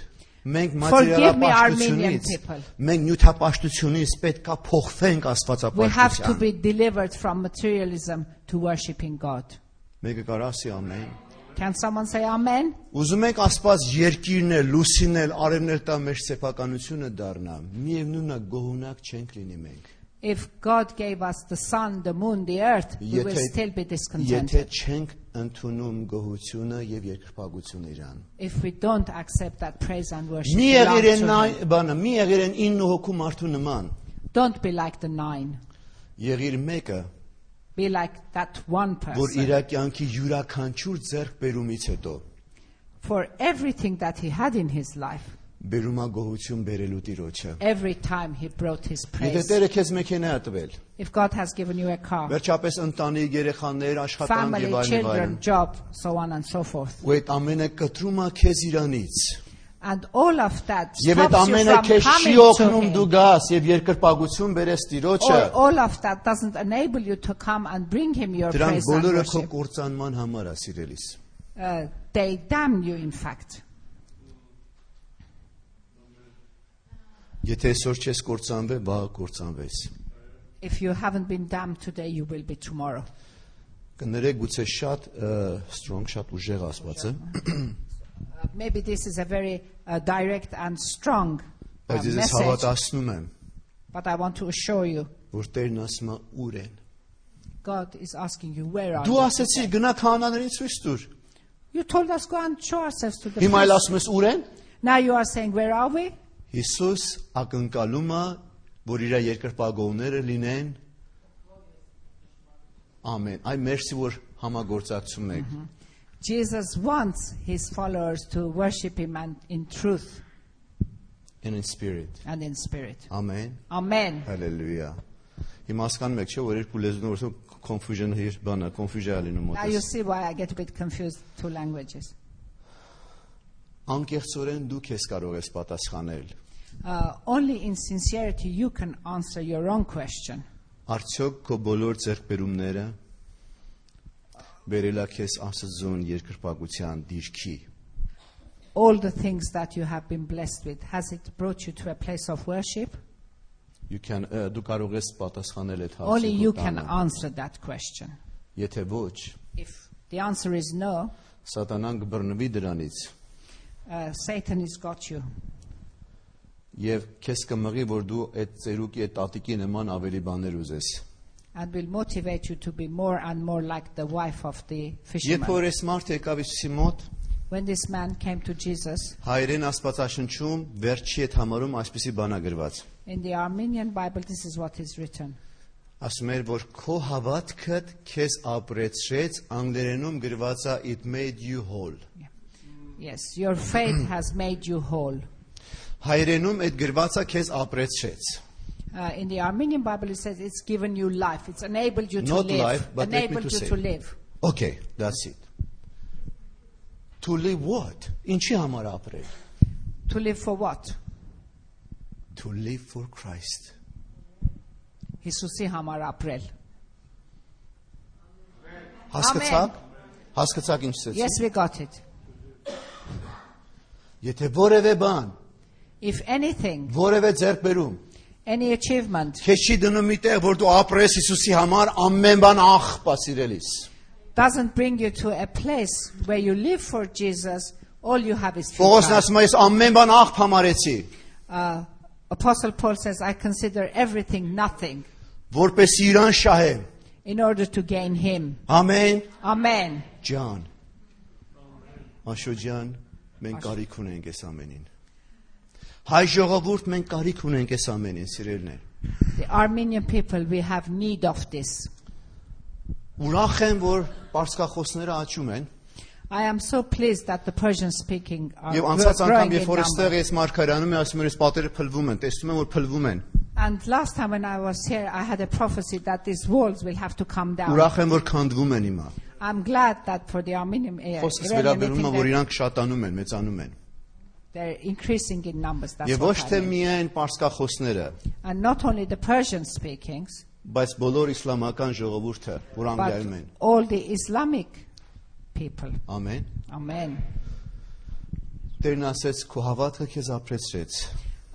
S2: Մենք
S1: Forgive me, Armenian
S2: մատերիալապաշտությունից,
S1: people.
S2: մենք նյութապաշտությունից պետքա
S1: We
S2: փոխվենք
S1: have to
S2: Աստվածապաշտության։
S1: be delivered from materialism to worshiping God.
S2: Մեկը կարա ասի ամեն։
S1: Can someone say Amen?
S2: Ուզում ենք Աստված երկիրն է, լուսին է, արևն է տա մեր սեփականությունը դառնա։ Միևնույնն է գողունակ չենք լինի մենք։
S1: If God gave us the sun, the moon, the earth, we will still be
S2: եթե
S1: discontented
S2: չենք ընդունում գողությունը եւ երկրպագությունը Իրան։
S1: if we don't accept that praise and worship.
S2: Մի
S1: belongs
S2: եղիր
S1: to
S2: են
S1: Him.
S2: նայ- բանը, մի եղիր են 9 հոգու մարդու նման։
S1: Don't be like the nine.
S2: Եղիր մեկը,
S1: Be like that one
S2: որ իր
S1: person.
S2: կյանքի յուրաքանչյուր ձեռքբերումից հետո
S1: For everything that he had in his life,
S2: բերումա գողություն բերելու տիրոջը։
S1: every time he brought his
S2: Եթե
S1: praise.
S2: Տերը քեզ մեքենա է տվել,
S1: If God has given you a car,
S2: վերջապես ընտանիք, երեխաներ, աշխատանք
S1: family,
S2: եւ այլն,
S1: children, job, so on and so forth.
S2: ու այդ ամենը կտրումա քեզ Իրանից։
S1: And all of that
S2: Եվ այդ
S1: stops you
S2: ամենը
S1: from
S2: քեզ չի
S1: coming to
S2: օգնում
S1: him.
S2: դու գաս եւ երկրպագություն բերես տիրոջը։
S1: All, all of that doesn't enable you to come and bring him your
S2: Դրանք
S1: praise and
S2: բոլորը քո
S1: worship.
S2: կործանման համար է սիրելիս։
S1: Uh, they damn you, in fact.
S2: Եթե այսօր չես կործանվել, բաղը կործանվես։
S1: If you haven't been damned today, you will be tomorrow.
S2: Կներեք գուցե շատ ը, strong, շատ ուժեղ ասված է,
S1: Uh, maybe this is a very uh, direct and strong uh,
S2: բայց ես ես
S1: message,
S2: հավատացնում եմ,
S1: But I want to assure you,
S2: որ Տերն ասում է ուր են։
S1: God is asking you, where are
S2: Դու
S1: you?
S2: ասեցիր գնա քանաներին ցույց տուր։
S1: You told us go and show ourselves to the
S2: Հիմա էլ
S1: priest.
S2: ասում ես ուր են։
S1: Now you are saying, where are we?
S2: Հիսուս ակնկալում է, որ իր երկրպագողները լինեն Ամեն։ Այ մերսի որ համագործակցում եք։
S1: Jesus wants his followers to worship him and in truth
S2: And in spirit։
S1: and in spirit.
S2: Ամեն։
S1: Amen.
S2: Հալելույա։ Իմ հասկանում եք, չէ՞ որ երկու լեզուն որսում confusion հիր բանը, confusion է լինում
S1: Now you
S2: մոտս։
S1: see why I get a bit confused two languages.
S2: Անկեղծորեն դու քեզ կարող ես պատասխանել։
S1: Uh, only in sincerity you can answer your own question.
S2: Արդյոք քո բոլոր ձերբերումները վերելա քեզ աստծուն երկրպագության դիրքի։
S1: All the things that you have been blessed with, has it brought you to a place of worship?
S2: You can ը, դու կարող ես պատասխանել այդ
S1: Only you can
S2: հարցին։
S1: answer that question.
S2: Եթե ոչ,
S1: If the answer is no,
S2: սատանան կբռնվի դրանից
S1: uh, Satan has got you.
S2: եւ քեզ կմղի, որ դու այդ ծերուկի այդ տատիկի նման ավելի բաներ ուզես։
S1: and will motivate you to be more and more like the wife of the
S2: Երբ
S1: fisherman.
S2: որ ես մարդ եկավ Հիսուսի մոտ,
S1: when this man came to Jesus,
S2: հայերեն աստվածաշնչում վերջի այդ համարում այսպեսի բանա գրված։
S1: in the Armenian Bible, this is what is written.
S2: Ասում էր, որ քո հավատքդ քեզ ապրեցրեց, անգլերենում գրված է it made you whole։
S1: Yeah. Yes, your faith has made you whole.
S2: Հայերենում այդ գրվածը քեզ ապրեցրեց։
S1: Uh, in the Armenian Bible, it says it's given you life. It's enabled you
S2: Not
S1: to live.
S2: life, but let me
S1: enabled
S2: to
S1: you
S2: say.
S1: to live.
S2: Okay, that's it. To live what? Ինչի համար ապրել։
S1: To live for what?
S2: To live for Christ։
S1: Հիսուսի համար ապրել։
S2: Հասկացա՞ք։ Հասկացա՞ք ինչ
S1: Yes,
S2: ասեցի։
S1: we got it.
S2: Եթե որևէ բան,
S1: If anything,
S2: որևէ ձեռքբերում
S1: any achievement
S2: քեզ չի դնում միտեղ, որ դու ապրես Հիսուսի համար, ամեն բան աղբա սիրելիս։
S1: doesn't bring you to a place where you live for Jesus, all you have is free
S2: Պողոսն
S1: time.
S2: ասում է, ես ամեն բան աղբ համարեցի,
S1: Uh, Apostle Paul says, I consider everything nothing
S2: որպես իրան շահեմ։
S1: in order to gain him.
S2: Ամեն։
S1: Amen.
S2: Ջան։ Աշոջան, մենք կարիք ունենք այս ամենին։ Հայ ժողովուրդ մենք կարիք ունենք այս ամենին, սիրելիներ։
S1: The Armenian people, we have need of this.
S2: Ուրախ եմ, որ պարսկախոսները աճում են։
S1: I am so pleased that the Persian speaking are
S2: Եվ
S1: gro-
S2: անցած
S1: growing
S2: անգամ,
S1: in
S2: երբ որ
S1: number.
S2: այստեղ ես Մարկարյանում եմ, ասում եմ, ես պատերը փլվում են, տեսնում եմ, որ փլվում են։
S1: And last time when I was here, I had a prophecy that these walls will have to come down.
S2: Ուրախ եմ, որ քանդվում են հիմա։
S1: I'm glad that for the Armenian, uh,
S2: Խոսքս
S1: Iranian
S2: վերաբերում է,
S1: meeting,
S2: որ
S1: they're,
S2: իրանք շատանում են, մեծանում են։
S1: they're increasing in numbers. That's
S2: Եվ ոչ
S1: what I
S2: թե
S1: mean.
S2: միայն պարսկախոսները,
S1: And not only the Persian speakings,
S2: բայց բոլոր իսլամական ժողովուրդը,
S1: but
S2: որ անգլերեն են։
S1: all the Islamic people.
S2: Ամեն։
S1: Amen.
S2: Տերն ասեց, քո հավատքը քեզ ապրեցրեց։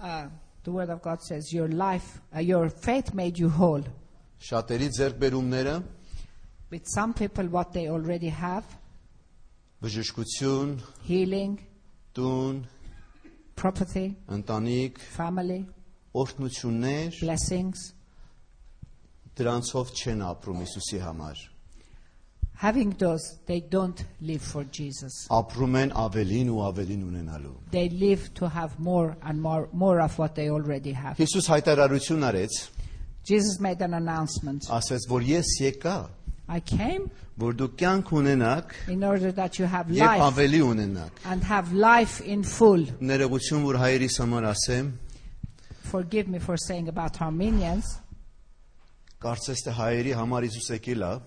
S1: Uh, the word of God says, "Your life, uh, your faith made you whole."
S2: Շատերի ձերբերումները
S1: With some people, what they already have,
S2: բժշկություն,
S1: healing,
S2: տուն,
S1: property,
S2: ընտանիք,
S1: family,
S2: օրհնություններ,
S1: blessings,
S2: դրանցով չեն ապրում Հիսուսի համար։
S1: having those, they don't live for Jesus.
S2: Ապրում են ավելին ու ավելին ունենալու։
S1: They live to have more and more, more of what they already have.
S2: Հիսուս հայտարարություն արեց,
S1: Jesus made an announcement.
S2: ասեց, որ ես եկա,
S1: I came
S2: որ դու կյանք ունենաք
S1: in order that you have
S2: եւ
S1: life
S2: ավելի ունենաք։
S1: and have life in full.
S2: Ներողություն, որ հայերիս համար ասեմ,
S1: Forgive me for saying about Armenians.
S2: կարծես թե հայերի համար Հիսուս եկել է,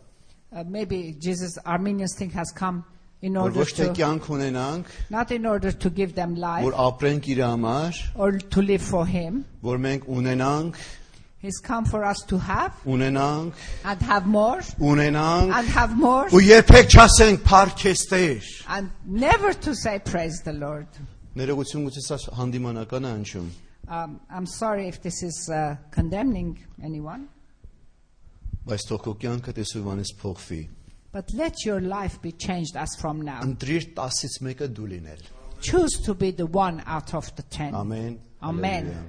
S1: Uh, maybe Jesus Armenians thing has come in
S2: որ
S1: order
S2: ոչ թե
S1: to
S2: կյանք ունենանք,
S1: not in order to give them life
S2: որ ապրենք իր համար,
S1: or to live for him.
S2: որ մենք ունենանք,
S1: He's come for us to have
S2: ունենանք,
S1: and have more
S2: ունենանք
S1: and have more
S2: ու երբեք չասենք Փարքեստեր։
S1: and never to say praise the Lord.
S2: Ներողություն գուցե սա հանդիմանականը անջում։
S1: Um, I'm sorry if this is uh, condemning anyone,
S2: Բայց թող քո կյանքը տեսուվանից փոխվի։
S1: but let your life be changed as from now.
S2: Ընտրիր 10-ից մեկը դու լինել։
S1: Choose to be the one out of the ten.
S2: Ամեն։
S1: Ամեն։
S2: Հալելույա։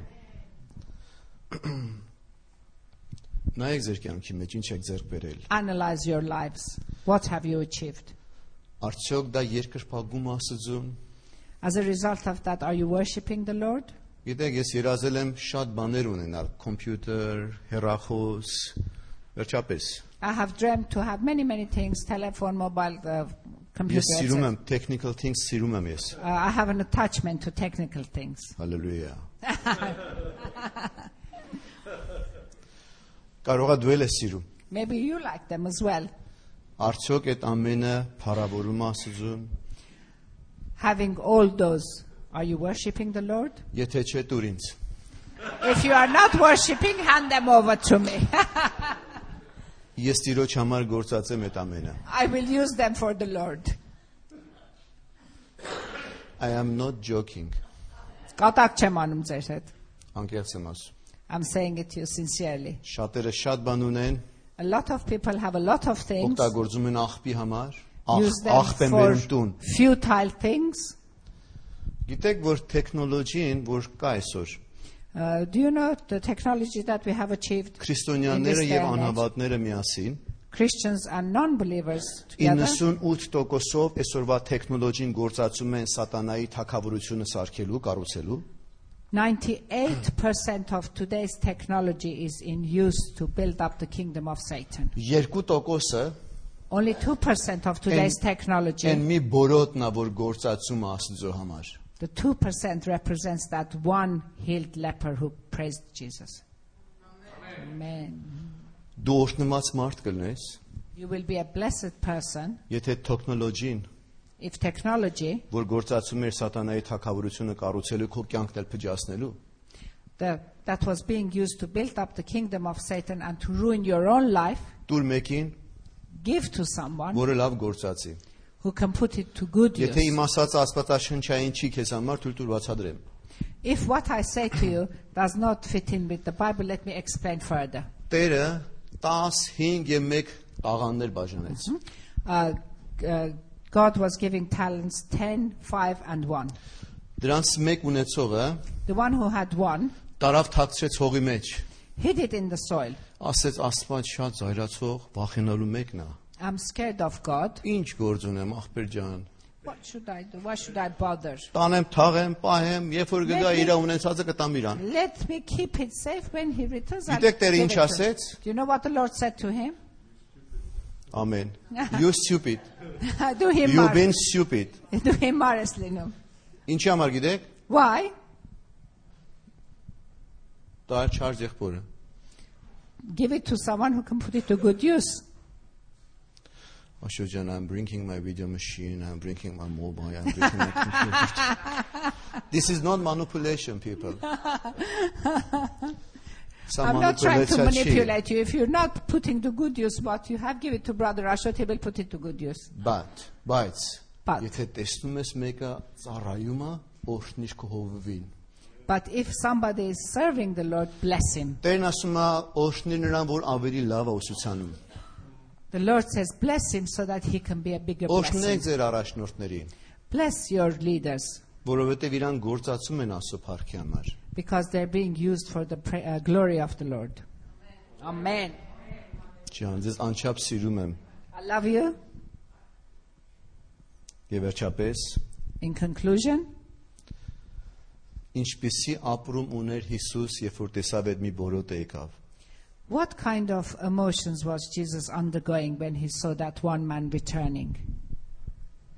S2: Նայեք ձեր կյանքի մեջ ինչ եք ձեռք բերել։
S1: Analyze your lives. What have you achieved?
S2: Արդյոք դա երկրպագում Աստծուն։
S1: As a result of that, are you worshiping the Lord?
S2: Գիտեք, ես երազել եմ շատ բաներ ունենալ՝ համբյուտեր, հեռախոս, վերջապես։
S1: I have dreamt to have many, many things telephone, mobile, uh, computer.
S2: Ես սիրում
S1: etc.
S2: եմ technical things, սիրում եմ ես։
S1: Uh, I have an attachment to technical things.
S2: Հալելույա։ Կարողա դու էլ ես սիրում։
S1: Maybe you like them as well.
S2: Արդյոք այդ ամենը փառավորում Աստծուն։
S1: Having all those, are you worshiping the Lord?
S2: Եթե չէ, դուր ինձ։
S1: If you are not worshiping, hand them over to me.
S2: Ես ծիրոջ համար գործած եմ այդ ամենը։
S1: I will use them for the Lord.
S2: I am not joking։
S1: Կատակ չեմ անում ձեր հետ։
S2: Անկեղծ եմ ասում։
S1: I'm saying it to you sincerely.
S2: Շատերը շատ բան ունեն,
S1: A lot of people have a lot of things,
S2: օգտագործում են աղբի համար,
S1: use
S2: աղ-
S1: them
S2: աղբեն
S1: for
S2: վերում տուն։
S1: futile things.
S2: Գիտեք, որ տեխնոլոգիան, որ կա այսօր,
S1: Uh, do you know the technology that we have achieved?
S2: քրիստոնյաները
S1: In this
S2: եւ
S1: day and age.
S2: անհավատները միասին
S1: Christians and non-believers together.
S2: 98%-ով այսօրվա տեխնոլոգիան գործածում են սատանայի թակավորությունը սարքելու, կառուցելու։
S1: 98% of today's technology is in use to build up the kingdom of Satan.
S2: 2%-ը
S1: Only 2% of today's
S2: այն
S1: technology,
S2: մի բորոտն է, որ գործածում է Աստծո համար։
S1: the 2% represents that one healed leper who praised Jesus. Amen.
S2: Դու օրհնված մարդ կլնես,
S1: You will be a blessed person
S2: եթե տեխնոլոգիան,
S1: if technology,
S2: որ գործածում էր սատանայի թակավորությունը կառուցելու, քո կյանքն էլ փճացնելու,
S1: the, that was being used to build up the kingdom of Satan and to ruin your own life,
S2: դուր մեկին,
S1: give to someone
S2: որը լավ գործածի։
S1: who can put it to good
S2: Եթե
S1: use.
S2: իմ ասած աստվածաշնչային չի քեզ համար թույլ տուր բացադրեմ։
S1: If what I say to you does not fit in with the Bible, let me explain further.
S2: Տերը 10, 5 եւ 1 տաղաններ բաժանեց։
S1: Uh, uh, God was giving talents 10, 5, and 1.
S2: Դրանց մեկ ունեցողը
S1: The one who had one
S2: տարավ թաքցրեց հողի մեջ։
S1: hid it in the soil.
S2: Ասեց Աստված շատ զայրացող, վախենալու մեկն է։
S1: I'm scared of God.
S2: Ինչ գործ ունեմ, ախպեր ջան։
S1: What should I do? Why should I bother?
S2: Տանեմ, թաղեմ, պահեմ, երբ որ գա
S1: Մեկ-
S2: իր ունեցածը կտամ իրան։
S1: Let me keep it safe when he returns. I'll
S2: Գիտեք Տերը
S1: give
S2: ինչ
S1: it to him.
S2: ասեց։
S1: Do you know what the Lord said to him?
S2: Ամեն։ You stupid.
S1: Do him
S2: You
S1: mar-
S2: been stupid։
S1: Do him marvelously, no.
S2: Ինչի համար գիտեք։
S1: Why?
S2: Դա չար եղբորը։
S1: Give it to someone who can put it to good use.
S2: Աշո ջան, I'm bringing my video machine, I'm bringing my mobile, I'm bringing my computer. This is not manipulation, people. Սա
S1: I'm not trying to
S2: manipulation չի,
S1: manipulate you. If you're not putting to good use what you have, give it to Brother Ashot. He will put it to good use.
S2: But, բայց,
S1: But.
S2: եթե տեսնում ես մեկը ծառայում է, օրհնիր քո հովվին։
S1: But if somebody is serving the Lord, bless him.
S2: Տերն ասում է, օրհնիր նրան, որ ավելի լավ է ուսուցանում։
S1: The Lord says, bless him so that he can be a bigger blessing.
S2: Օրհնեք ձեր առաջնորդներին,
S1: Bless your leaders
S2: որովհետև իրան գործածում են Աստծո փառքի համար։
S1: because they're being used for the pra- uh, glory of the Lord. Amen.
S2: Ջան, ես անչափ սիրում եմ
S1: I love you.
S2: եւ վերջապես
S1: In conclusion,
S2: Ինչպիսի ապրում ուներ Հիսուս, երբ որ տեսավ այդ մի բորոտը եկավ։
S1: what kind of emotions was Jesus undergoing when he saw that one man returning?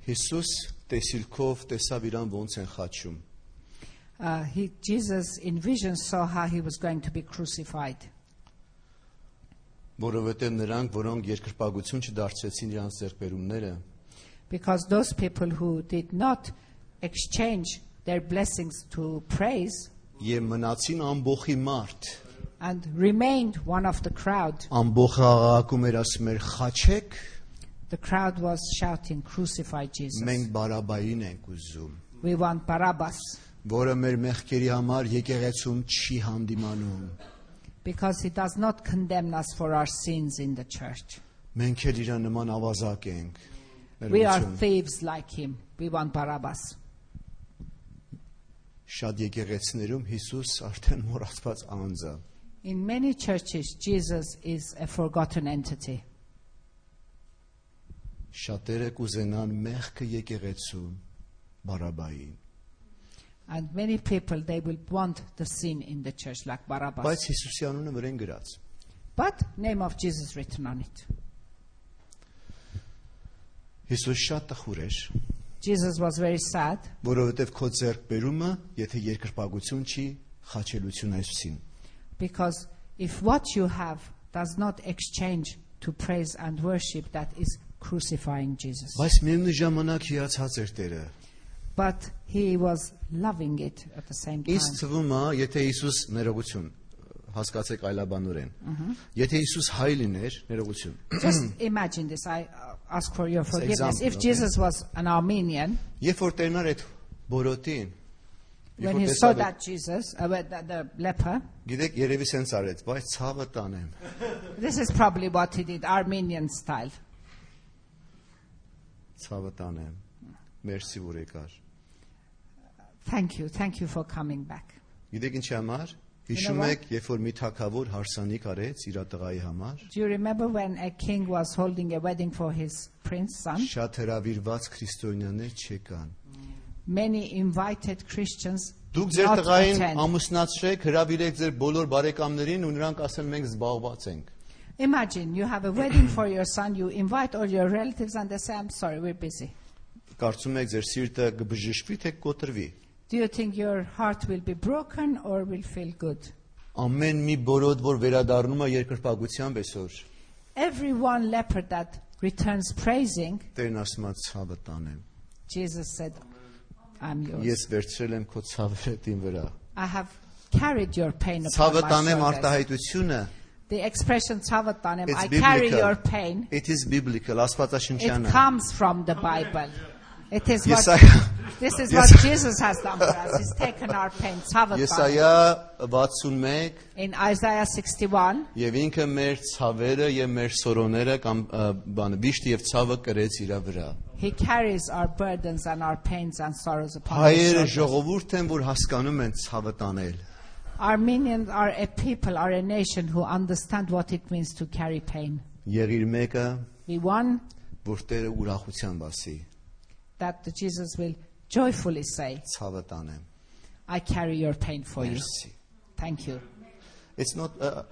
S2: Հիսուս տեսիլքով տեսավ իրան ոնց են խաչում։
S1: Uh, he, Jesus in vision saw how he was going to be crucified.
S2: Որովհետև նրանք, որոնք երկրպագություն չդարձրեցին իրանց ձեռքբերումները,
S1: Because those people who did not exchange their blessings to praise
S2: եւ մնացին ամբողջի մարդ,
S1: and remained one of the crowd,
S2: ամբողջ աղաղակում էր ասում էր խաչեք,
S1: the crowd was shouting, Crucify Jesus.
S2: մենք բարաբային ենք ուզում,
S1: We want Barabbas
S2: որը մեր մեղքերի համար եկեղեցում չի հանդիմանում։
S1: because he does not condemn us for our sins in the church.
S2: Մենք էլ իրան նման ավազակ ենք։
S1: We are
S2: ներողություն։
S1: thieves like him. We want Barabbas.
S2: Շատ եկեղեցիներում Հիսուս արդեն մոռացված անձ է։
S1: In many churches, Jesus is a forgotten entity.
S2: Շատերը կուզենան մեղքը եկեղեցուն բարաբային,
S1: And many people, they will want the sin in the church, like Barabbas.
S2: բայց Հիսուսի անունը վրեն գրած։
S1: but name of Jesus written on it.
S2: Հիսուս շատ տխուր էր,
S1: Jesus was very sad
S2: որովհետև քո ձեռքբերումը, եթե երկրպագություն չի, խաչելություն է Հիսուսին։
S1: because if what you have does not exchange to praise and worship, that is crucifying Jesus.
S2: Բայց միևնույն ժամանակ հիացած էր Տերը։
S1: But he was loving it at the same time.
S2: Ինձ թվում է, եթե Հիսուս ներողություն հասկացեք այլաբանորեն։ Եթե Հիսուս հայ լիներ, ներողություն։
S1: Just imagine this. I uh, ask for your forgiveness.
S2: example,
S1: if
S2: okay.
S1: Jesus was an Armenian,
S2: Երբ որ Տերն էր այդ բորոտին, երբ
S1: when
S2: որ
S1: he
S2: տեսավ
S1: saw
S2: այդ-
S1: that Jesus, uh, well, the, the leper,
S2: Գիտեք, երևի սենց արեց, բայց ցավը տանեմ։
S1: this is probably what he did, Armenian style.
S2: Ցավը տանեմ։ Մերսի որ եկար։
S1: Thank you, thank you for coming back.
S2: Գիտեք ինչի համար։ Հիշում
S1: Ինովա։
S2: եք, երբ որ մի թակավոր հարսանիք արեց իր տղայի համար,
S1: Do you remember when a king was holding a wedding for his prince son?
S2: շատ հրավիրված քրիստոնյաներ չեկան։
S1: Many invited Christians
S2: Դուք ձեր
S1: not
S2: տղային
S1: attend.
S2: ամուսնացրեք, հրավիրեք ձեր բոլոր բարեկամներին ու նրանք ասեն մենք զբաղված ենք։
S1: Imagine you have a wedding for your son, you invite all your relatives and they say, I'm sorry, we're busy.
S2: Կարծում եք ձեր սիրտը կբժշկվի թե կկոտրվի։
S1: Do you think your heart will be broken or will feel good?
S2: Ամեն մի բորոդ, որ վերադառնում է երկրպագությամբ այսօր,
S1: Every one leopard that returns praising,
S2: Տերն ասում է ցավը տանեմ։
S1: Jesus said, I'm yours.
S2: Ես վերցրել եմ քո ցավերը դին վրա։
S1: I have carried your pain upon
S2: Ցավը
S1: my
S2: տանեմ
S1: shoulders.
S2: արտահայտությունը։
S1: The expression "savatanem,"
S2: It's
S1: I carry
S2: biblical.
S1: your pain.
S2: It is biblical,
S1: It
S2: Աստվածաշնչյանը։
S1: comes from the Bible. It is what,
S2: Yes, I-
S1: this is
S2: Yes,
S1: what
S2: I-
S1: Jesus has done for us. He's taken our pain. Savatanem.
S2: Եսայա 61
S1: In Isaiah 61,
S2: եւ ինքը մեր ցավերը եւ մեր սորոները կամ ա, բանը վիշտ եւ ցավը կրեց իր վրա։
S1: he carries our burdens and our pains and sorrows upon his
S2: Հայերը
S1: shoulders.
S2: ժողովուրդ են, որ հասկանում են ցավը տանել։
S1: Armenians are a people, are a nation who understand what it means to carry pain.
S2: Եղիր մեկը,
S1: We want
S2: որ Տերը ուրախության բասի,
S1: that the Jesus will joyfully say,
S2: ցավը տանեմ։
S1: I carry your pain for you.
S2: Մերսի։
S1: Thank you.
S2: It's not uh,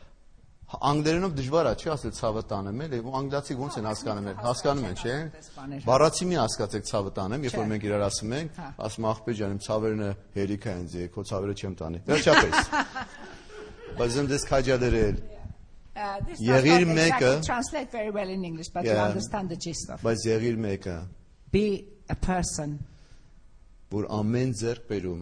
S2: անգլերենով դժվար է, չի ասել ցավը տանեմ, էլի ու անգլացի ոնց են հասկանում են, Հա, հասկանում են, չէ՞։ Բառացի մի հասկացեք ցավը տանեմ, երբ որ մենք իրար ասում ենք,
S1: Հա.
S2: ասում աղբե ջան, իմ ցավերն է հերիքա ինձ, է, քո ցավերը չեմ տանի։ Վերջապես։ Բայց ինձ դες քաջադերել,
S1: Uh, this does
S2: Եղիր
S1: not exactly
S2: մեկը-
S1: translate very well in English, but you
S2: Yeah.
S1: understand the gist of it.
S2: բայց եղիր մեկը,
S1: Be a person
S2: որ ամեն ձեռք բերում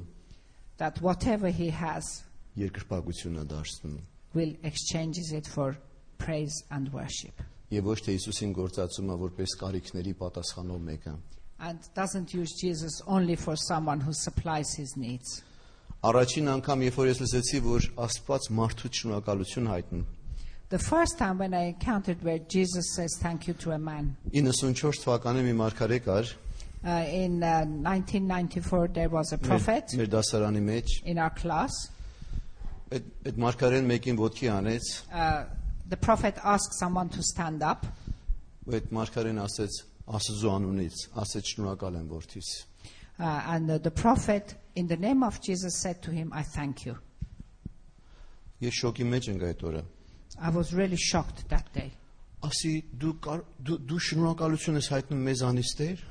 S1: that whatever he has
S2: երկրպագությունն է դարձնում։
S1: will exchanges it for praise and worship.
S2: Եվ ոչ թե Հիսուսին գործածումը որպես կարիքների պատասխանով մեկը։
S1: And doesn't use Jesus only for someone who supplies his needs.
S2: Առաջին անգամ, երբ որ ես լսեցի, որ Աստված մարդու շնորհակալություն հայտնում,
S1: The first time when I encountered where Jesus says thank you to a man,
S2: 94 թվականին մի մարգարե կար
S1: uh, in uh, 1994 there was a prophet
S2: մեր դասարանի մեջ
S1: in our class.
S2: այդ այդ մարգարեն մեկին ոդքի անեց
S1: Uh, the prophet asked someone to stand up.
S2: ու այդ մարգարեն ասեց աստծո անունից ասեց շնորհակալ եմ որդիս
S1: Uh, and uh, the prophet, in the name of Jesus, said to him, I thank you.
S2: ես շոկի մեջ ընկա այդ օրը
S1: I was really shocked that day.
S2: ասի դու կար, դու, դու շնորհակալություն ես հայտնում մեզանից Տեր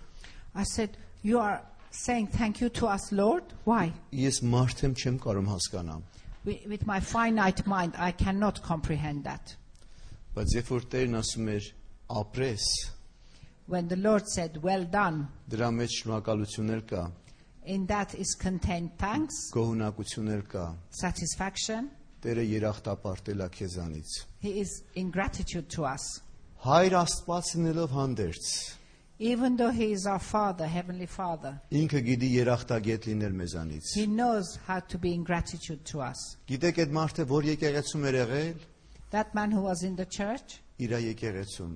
S1: I said, You are saying thank you to us, Lord? Why?
S2: ես մարդ եմ չեմ կարող հասկանամ
S1: Wi- With my finite mind, I cannot comprehend that.
S2: բայց երբ որ Տերն ասում էր ապրես
S1: When the Lord said, Well done,
S2: դրա մեջ շնորհակալություններ կա
S1: in that is contained thanks,
S2: գոհունակություններ կա
S1: satisfaction.
S2: Տերը երախտապարտել է քեզանից
S1: He is in gratitude to us.
S2: հայր Աստված լինելով հանդերձ
S1: Even though He is our Father, Heavenly Father,
S2: Ինքը գիտի երախտագետ լինել մեզանից։
S1: He knows how to be in gratitude to us.
S2: Գիտեք այդ մարդը, որ եկեղեցում էր եղել,
S1: That man who was in the church,
S2: իր եկեղեցում,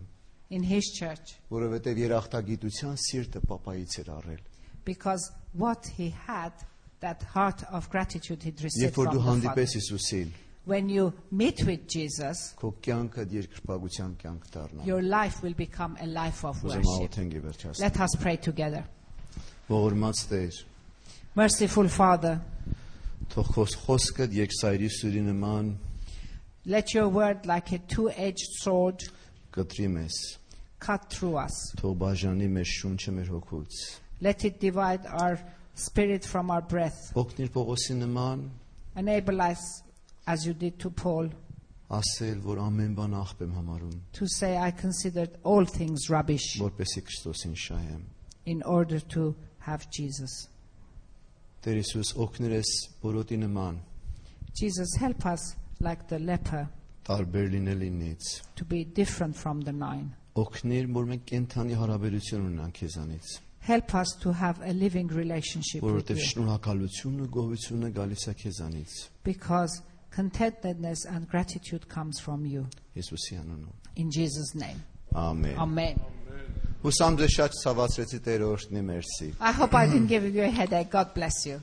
S1: in his church,
S2: որովհետև երախտագիտության սիրտը papայից էր առել։
S1: because what he had, that heart of gratitude he'd received
S2: Երբ որ
S1: from
S2: դու
S1: the Father.
S2: հանդիպես Հիսուսին,
S1: When you meet with Jesus,
S2: Քո կյանքը երկրպագության կյանք դառնա։
S1: your life will become a life of
S2: Ուզում
S1: worship.
S2: աղոթենք եւ վերջացնենք։
S1: Let us pray together.
S2: Ողորմած Տեր,
S1: Merciful Father,
S2: թող քո խոսքը երկսայրի սուրի նման
S1: let your word, like a two edged sword,
S2: կտրի մեզ։
S1: cut through us.
S2: Թող բաժանի մեր շունչը մեր հոգուց։
S1: Let it divide our spirit from our breath.
S2: Օգնիր Պողոսի նման
S1: Enable us, as you did to Paul,
S2: ասել, որ ամեն բան աղբ եմ համարում,
S1: to say, I considered all things rubbish
S2: որպեսի Քրիստոսին շահեմ։
S1: in order to have Jesus.
S2: Տեր Հիսուս, օգնիր ես որոտի նման
S1: Jesus, help us, like the leper,
S2: տարբեր լինել ինձ։
S1: to be different from the nine.
S2: Օգնիր, որ մենք կենթանի հարաբերություն ունենանք քեզանից,
S1: Help us to have a living relationship with
S2: որովհետև
S1: you.
S2: շնորհակալությունն ու գովությունը գալիս է քեզանից։
S1: Because contentedness and gratitude comes from you.
S2: Հիսուսի անունով։
S1: In Jesus' name.
S2: Ամեն։
S1: Amen.
S2: Հուսամ ձեզ շատ ցավացրեցի Տեր օրհնի, մերսի։
S1: I hope I didn't give you a headache. God bless you.